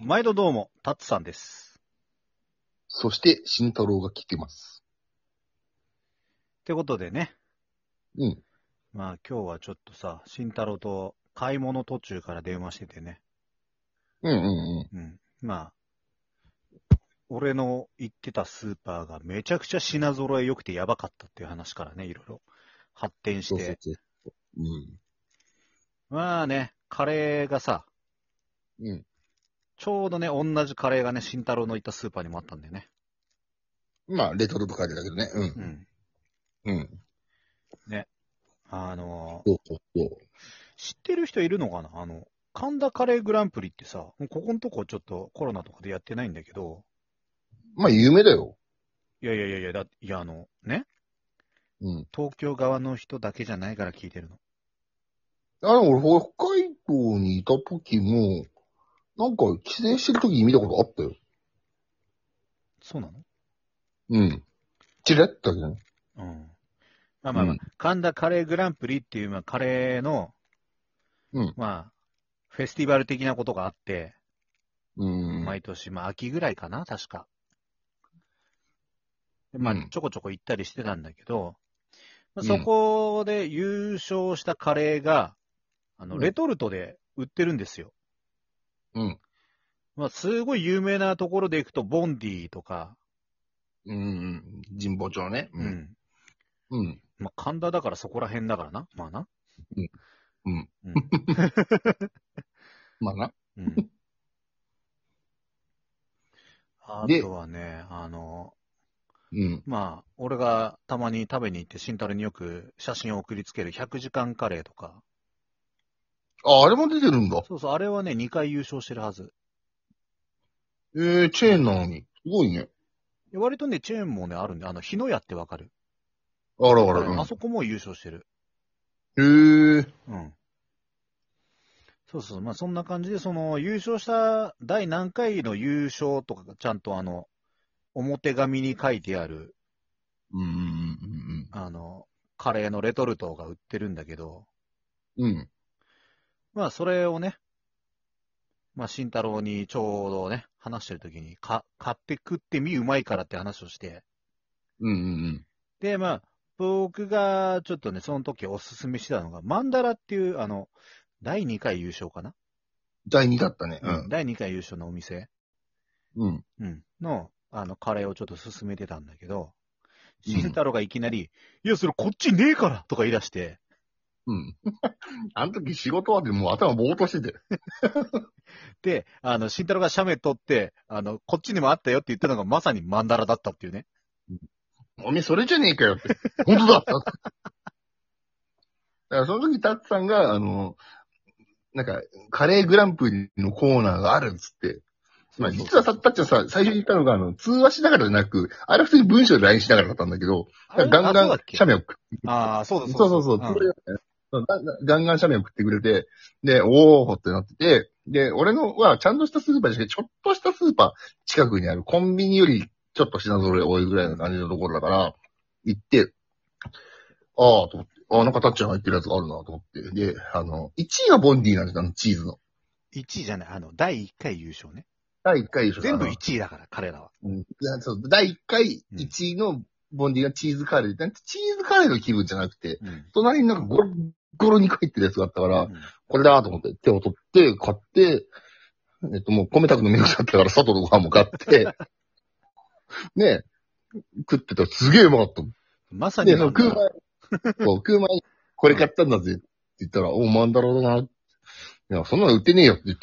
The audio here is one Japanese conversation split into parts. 毎度どうも、タッツさんです。そして、慎太郎が聞けます。ってことでね、うん。まあ今日はちょっとさ、慎太郎と買い物途中から電話しててね、うんうんうん。まあ、俺の行ってたスーパーがめちゃくちゃ品揃え良くてやばかったっていう話からね、いろいろ発展うん。しそうそうて。そう。うまあね、カレーがさ、ん。うん。ちょうどね、同じカレーがね、慎太郎の行ったスーパーにもあったんだよね。まあ、レトルトカレーだけどね。う。うんん。うん。あのーそうそうそう。知ってる人いるのかなあの、神田カレーグランプリってさ、もうここのとこちょっとコロナとかでやってないんだけど、まあ、有名だよ。いやいやいやいや、だいや、あの、ね、うん。東京側の人だけじゃないから聞いてるの。あの、俺、北海道にいた時も、なんか、帰省してる時に見たことあったよ。そうなのうん。チラッとだけどね。うん。まあまあまあ、うん神田カレーグランプリっていう、まあ、カレーの、うんまあ、フェスティバル的なことがあって、うん。毎年、まあ、秋ぐらいかな、確か。でまあ、うんちょこちょこ行ったりしてたんだけど、まあ、うそんこで優勝したカレーが、あうの、んレトルトで売ってるんですよ。うん。まあ、すごい有名なところで行くと、ボンディとか、うんうん。神保町ね。う。ん。うん。まあ、神田だからそこら辺だからな。まあな。うん。うん。うん。 まあな。うん。あでとはね、あの、うん。まあ、俺がたまに食べに行って、慎太郎によく写真を送りつける100時間カレーとか。あ、あれも出てるんだ。そうそう、あれはね、2回優勝してるはず。えー、チェーンなのに。すごいね。割とね、チェーンもね、あるんで、あの、日野屋ってわかるあらあら。うんあそこも優勝してる。へえ。うん。そうそう、まあそんな感じで、その優勝した第何回の優勝とかがちゃんとあの、表紙に書いてある、うんうんうんあの、カレーのレトルトが売ってるんだけど、うん。うん。まあそれをね、まあ慎太郎にちょうどね、話してる時に、か、買って食ってみ、うまいからって話をして、うんうんで、まあ、僕がちょっとね、その時おすすめしてたのが、マンダラっていう、あの、第2回優勝かな、第2だったね。うん。第2回優勝のお店。うん。うん、の、あの、カレーをちょっと勧めてたんだけど、うん慎太郎がいきなり、いや、それこっちねえからとか言い出して、うん。 あの時仕事はでもう頭ぼーっとしてて。で、あの、慎太郎が写メ撮って、あの、こっちにもあったよって言ったのがまさにマンダラだったっていうね。おめえそれじゃねえかよって。 本当だだからその時、タッツさんが、あの、なんか、カレーグランプリのコーナーがあるっつって。まあ、実はさ、タッチはさ、最初に言ったのが、あの、通話しながらじゃなく、あれは普通に文章で LINE しながらだったんだけど、あガれンガン、写メ。メを送っああ、そうだて、そうそうそうそう、だ。んガンガンガンガン写メを送ってくれて、で、おーってなってて、で、俺のはちゃんとしたスーパーじゃなくて、ちょっとしたスーパー近くにあるコンビニよりちょっと品揃え多いぐらいの感じのところだから、行って、あーと思って、あーなんかタッチャー入ってるやつがあるなと思って、で、あの、1位がボンディなんですよ、あのチーズの。 1位じゃない、あの、第1回優勝ね。第1回でしょ。全部あの1位だから、彼らは。うんいや、そう、第1回うん1位のボンディがチーズカレーで、チーズカレーの気分じゃなくて、うん。隣になんかゴロゴロに入ってるやつがあったから、うんこれだと思って、手を取って、買って、えっと、もう米炊くのめんどくさかったから、佐藤のご飯も買って、ねえ、食ってたらすげえうまかった。まさにで、マそのンダラ、食う前に、そう食う前に、これ買ったんだぜって言ったら、おマンダラだな。いや、そんなの売ってねえよって言っ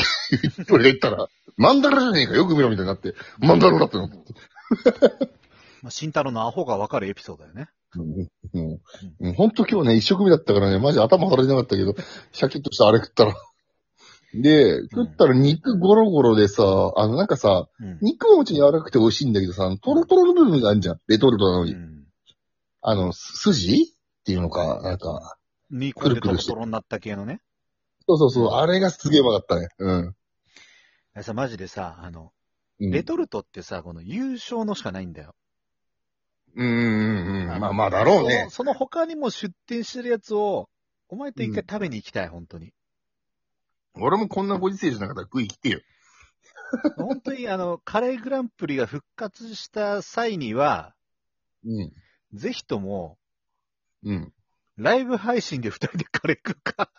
て、 俺が言ったら、マンダラじゃねえか、よく見ろみたいになって、マンダラだってなって。まあ、慎太郎のアホがわかるエピソードだよね。うんうん、本当今日ね、一食目だったからね、マジ頭腫れなかったけど、シャキッとしたあれ食ったら。で、食ったら肉ゴロゴロでさ、あのなんかさ、うん。肉はもちろん柔らかくて美味しいんだけどさ、トロトロの部分があるじゃん。レトルトなのうに。ん、あの、す筋っていうのか、なんか。にこれでトくるくロるしてトロになった系のね。そうそうそう、あれがすげえうまかったね。うん。あれさ、マジでさ、あの、うんレトルトってさ、この優勝のしかないんだよ。うんうんうん。まあまあだろうね。そのその他にも出店してるやつを、お前と一回食べに行きたい、本当に。俺もこんなご時世じゃなかったら食い来てよ。本当にあの、カレーグランプリが復活した際には、うん。ぜひとも、うん。ライブ配信で二人でカレー食うか。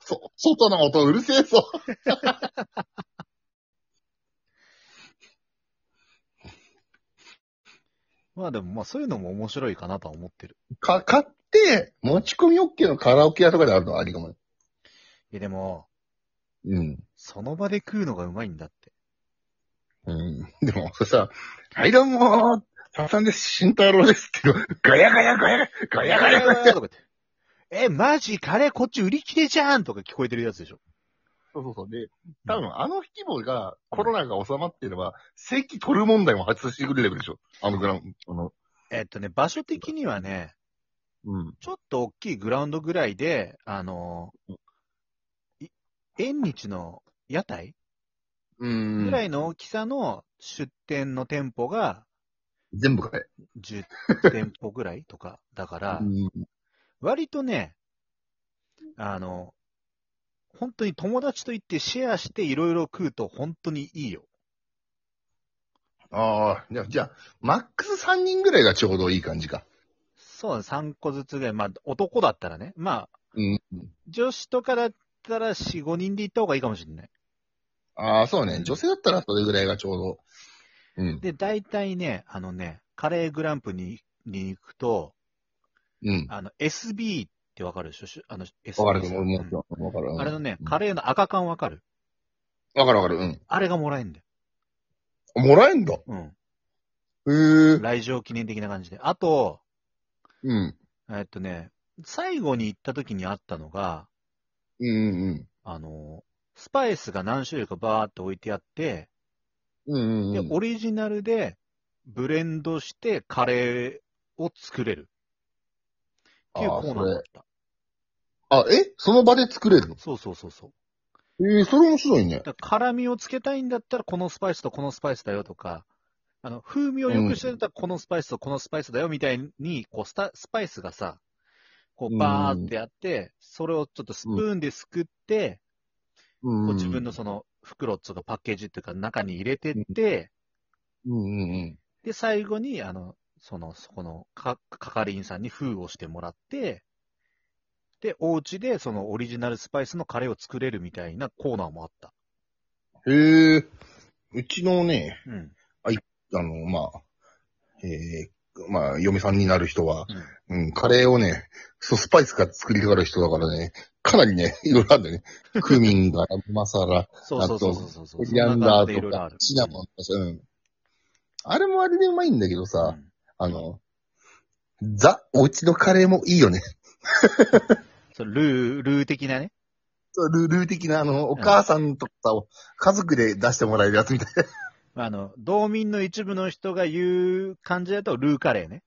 そ、外の音うるせえぞ。まあでも、まあそういうのも面白いかなとは思ってる。か、買って、持ち込み OK のカラオケ屋とかであるのはありかも。いやでも、うん。その場で食うのがうまいんだって。うん。でも、それさ、はい、どうもー、サさんです、慎太郎ですけど、ガヤガヤガヤ、ガヤガヤガヤ。とか言って。え、マジカレーこっち売り切れじゃんとか聞こえてるやつでしょ。そうそうそう。で、多分あの規模がコロナが収まっていれば、席取る問題も発生してくるレベルでしょ。あのグラウンド、あの、えっとね、場所的にはね、うん。ちょっと大きいグラウンドぐらいで、あの、い縁日の屋台うんぐらいの大きさの出店の店舗が全部買え。 10店舗ぐらいとかだからう、ん。割とね、あの、本当に友達と行ってシェアしていろいろ食うと本当にいいよ。ああ、じゃあ、じゃあ、マックス3人ぐらいがちょうどいい感じか。そうだね、3個ずつぐらい。まあ、男だったらね。まあ、うん。女子とかだったら4、5人で行った方がいいかもしれない。ああ、そうね。女性だったらそれぐらいがちょうど。うん。で、大体ね、あのね、カレーグランプにに行くと、うん。あの、SB ってわかるでしょしあの、SB。わかると思う。うんもうわかる。あれのね、うんカレーの赤缶わかるわかるわかる。うん。あれがもらえんだよ。もらえんだ。へうん。え。うん。来場記念的な感じで。あと、うんえっとね、最後に行った時にあったのが、うんあの、スパイスが何種類かバーって置いてあって、うん。うんうでん、オリジナルでブレンドしてカレーを作れるっていうあコあ、ーそナーだっれ。た。あ、えその場で作れるのそうそうそうそう。ええそれ面白いね。だから辛味をつけたいんだったらこのスパイスとこのスパイスだよとか、あの、風味を良くしたいんだったらこのスパイスとこのスパイスだよみたいに、こうスタ、スパイスがさ、こうバーってやって、それをちょっとスプーンですくって、うんこう自分のその袋っていうかパッケージっていうか中に入れてって、うんうんうん。で、最後に、あの、その、そこのか、係員さんに封をしてもらって、で、お家でそのオリジナルスパイスのカレーを作れるみたいなコーナーもあった。へえ、うちのね、うん。あの、まあ、ええまあ、嫁さんになる人は、うんうん、カレーをね、そう、スパイスが作りかかる人だからね、かなりね、 いろいろあるんだよね。クミンが、 マサラ、そうそうそうそうそうそう。リアンそんダな感じでいろーといろあかる、シナモンとか、うん。あれもあれでうまいんだけどさ、うんあの、ザ、お家のカレーもいいよね。そうルー、ルー的なね。そうルールー的な、あの、お母さんとかさ、家族で出してもらえるやつみたいな。まああの、道民の一部の人が言う感じだと、ルーカレーね。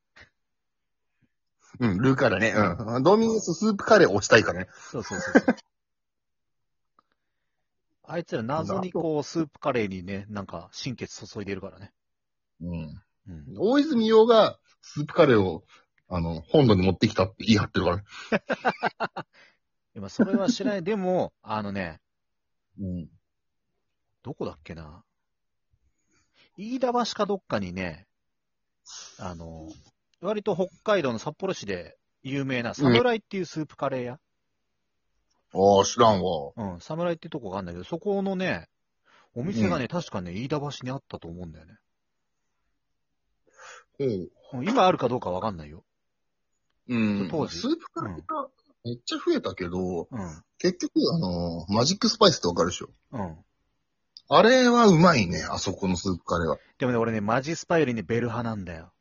うん、ルーカレーね。うん。ドミニススープカレーをしたいからね。そうそうそう そう。あいつら謎にこう、スープカレーにね、なんか、心血注いでるからね。うん。うん。大泉洋がスープカレーを、あの、本土に持ってきたって言い張ってるからね。今、それは知らない。でも、あのね、うん。どこだっけな。飯田橋かどっかにね、あの、割と北海道の札幌市で有名な、サムライっていうスープカレー屋。ああ、知らんわ。うん、サムライってとこがあるんだけど、そこのね、お店がね、確かね、飯田橋にあったと思うんだよね。うん。うん今あるかどうかわかんないよ。うん。当時スープカレーがめっちゃ増えたけど、うん、結局、あの、マジックスパイスってわかるでしょ。うん。あれはうまいね、あそこのスープカレーは。でもね、俺ね、マジスパよりね、ベル派なんだよ。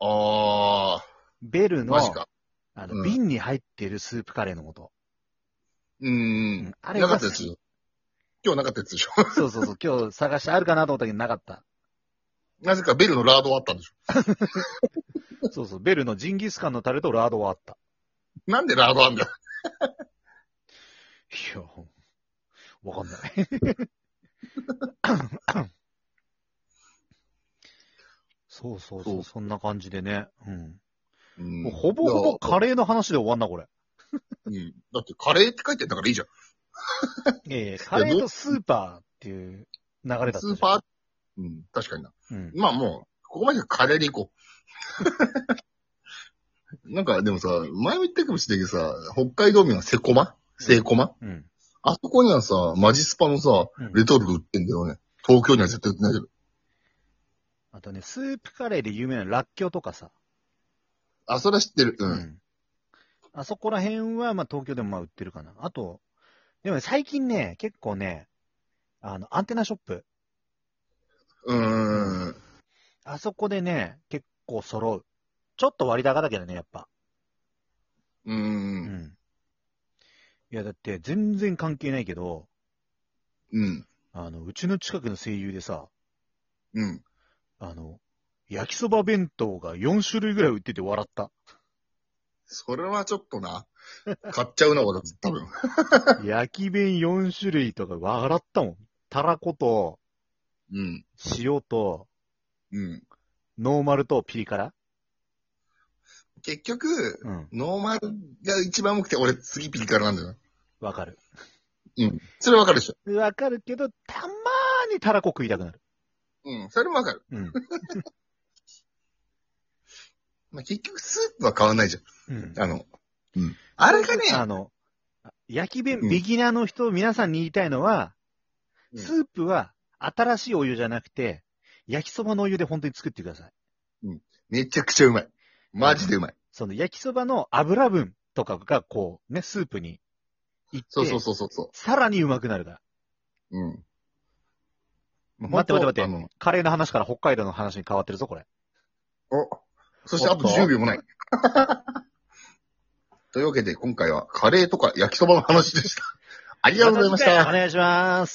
ああ、ベルの、マジか。あうの、ん瓶に入ってるスープカレーのこと。うん。あれながかったやつ。今日なかったやつでしょ。そうそうそう、今日探してあるかなと思ったけど、なかった。 なぜかベルのラードはあったんでしょ。そうそう、ベルのジンギスカンのタレとラードはあった。なんでラードあんだよ。いや、わか んない。そうそうそ、そううそんな感じでね。うん。うんもうほぼほぼカレーの話で終わんな、これ。うん。だってカレーって書いてんだからいいじゃん。ええカレーとスーパーっていう流れだった。スーパーー、うん、確かにな。うん。まあもう、ここまでカレーで行こう。 なんか、でもさ、前も言ったかもしれないけどさ、北海道民はセコマセイコマうん。あそこにはさ、マジスパのさ、うんレトルト売ってんだよね。東京には絶対売ってないけど。あとね、スープカレーで有名なラッキョウとかさ。あ、それは知ってる。う。うんん。あそこら辺は、まあ東京でもまあ売ってるかな。あと、でもね最近ね、結構ね、あの、アンテナショップ。うーん。あそこでね、結構揃う。ちょっと割高だけどね、やっぱ。うー。うんん。いや、だって全然関係ないけど、うん。あの、うちの近くの声優でさ、うん。あの、焼きそば弁当が4種類ぐらい売ってて笑 った。それはちょっとな。買っちゃうな、俺、多分。焼き弁4種類とか笑ったもん。たらこと、うん。塩と、うん。ノーマルとピリ辛結局、うん。ノーマルが一番多くて、俺、次ピリ辛なんだよな。わかる。うん。それわかるでしょ。わかるけど、たまーにたらこ食いたくなる。うん。それもわかる。うん。まあ、結局、スープは変わんないじゃん。うん。あの、うん。 あれがね、あの、焼き弁、うんビギナーの人、皆さんに言いたいのは、うんスープは新しいお湯じゃなくて、焼きそばのお湯で本当に作ってください。めちゃくちゃうまい。マジでうまい。その焼きそばの油分とかがこう、ね、スープにいって、そうそうそうそうそさらにうまくなるから。う。うん。待って待って待って。カレーの話から北海道の話に変わってるぞ、これ。あのお、そしてあとおっと10秒もない。 というわけで、今回はカレーとか焼きそばの話でした。ありがとうございましまたた次回。お願いします。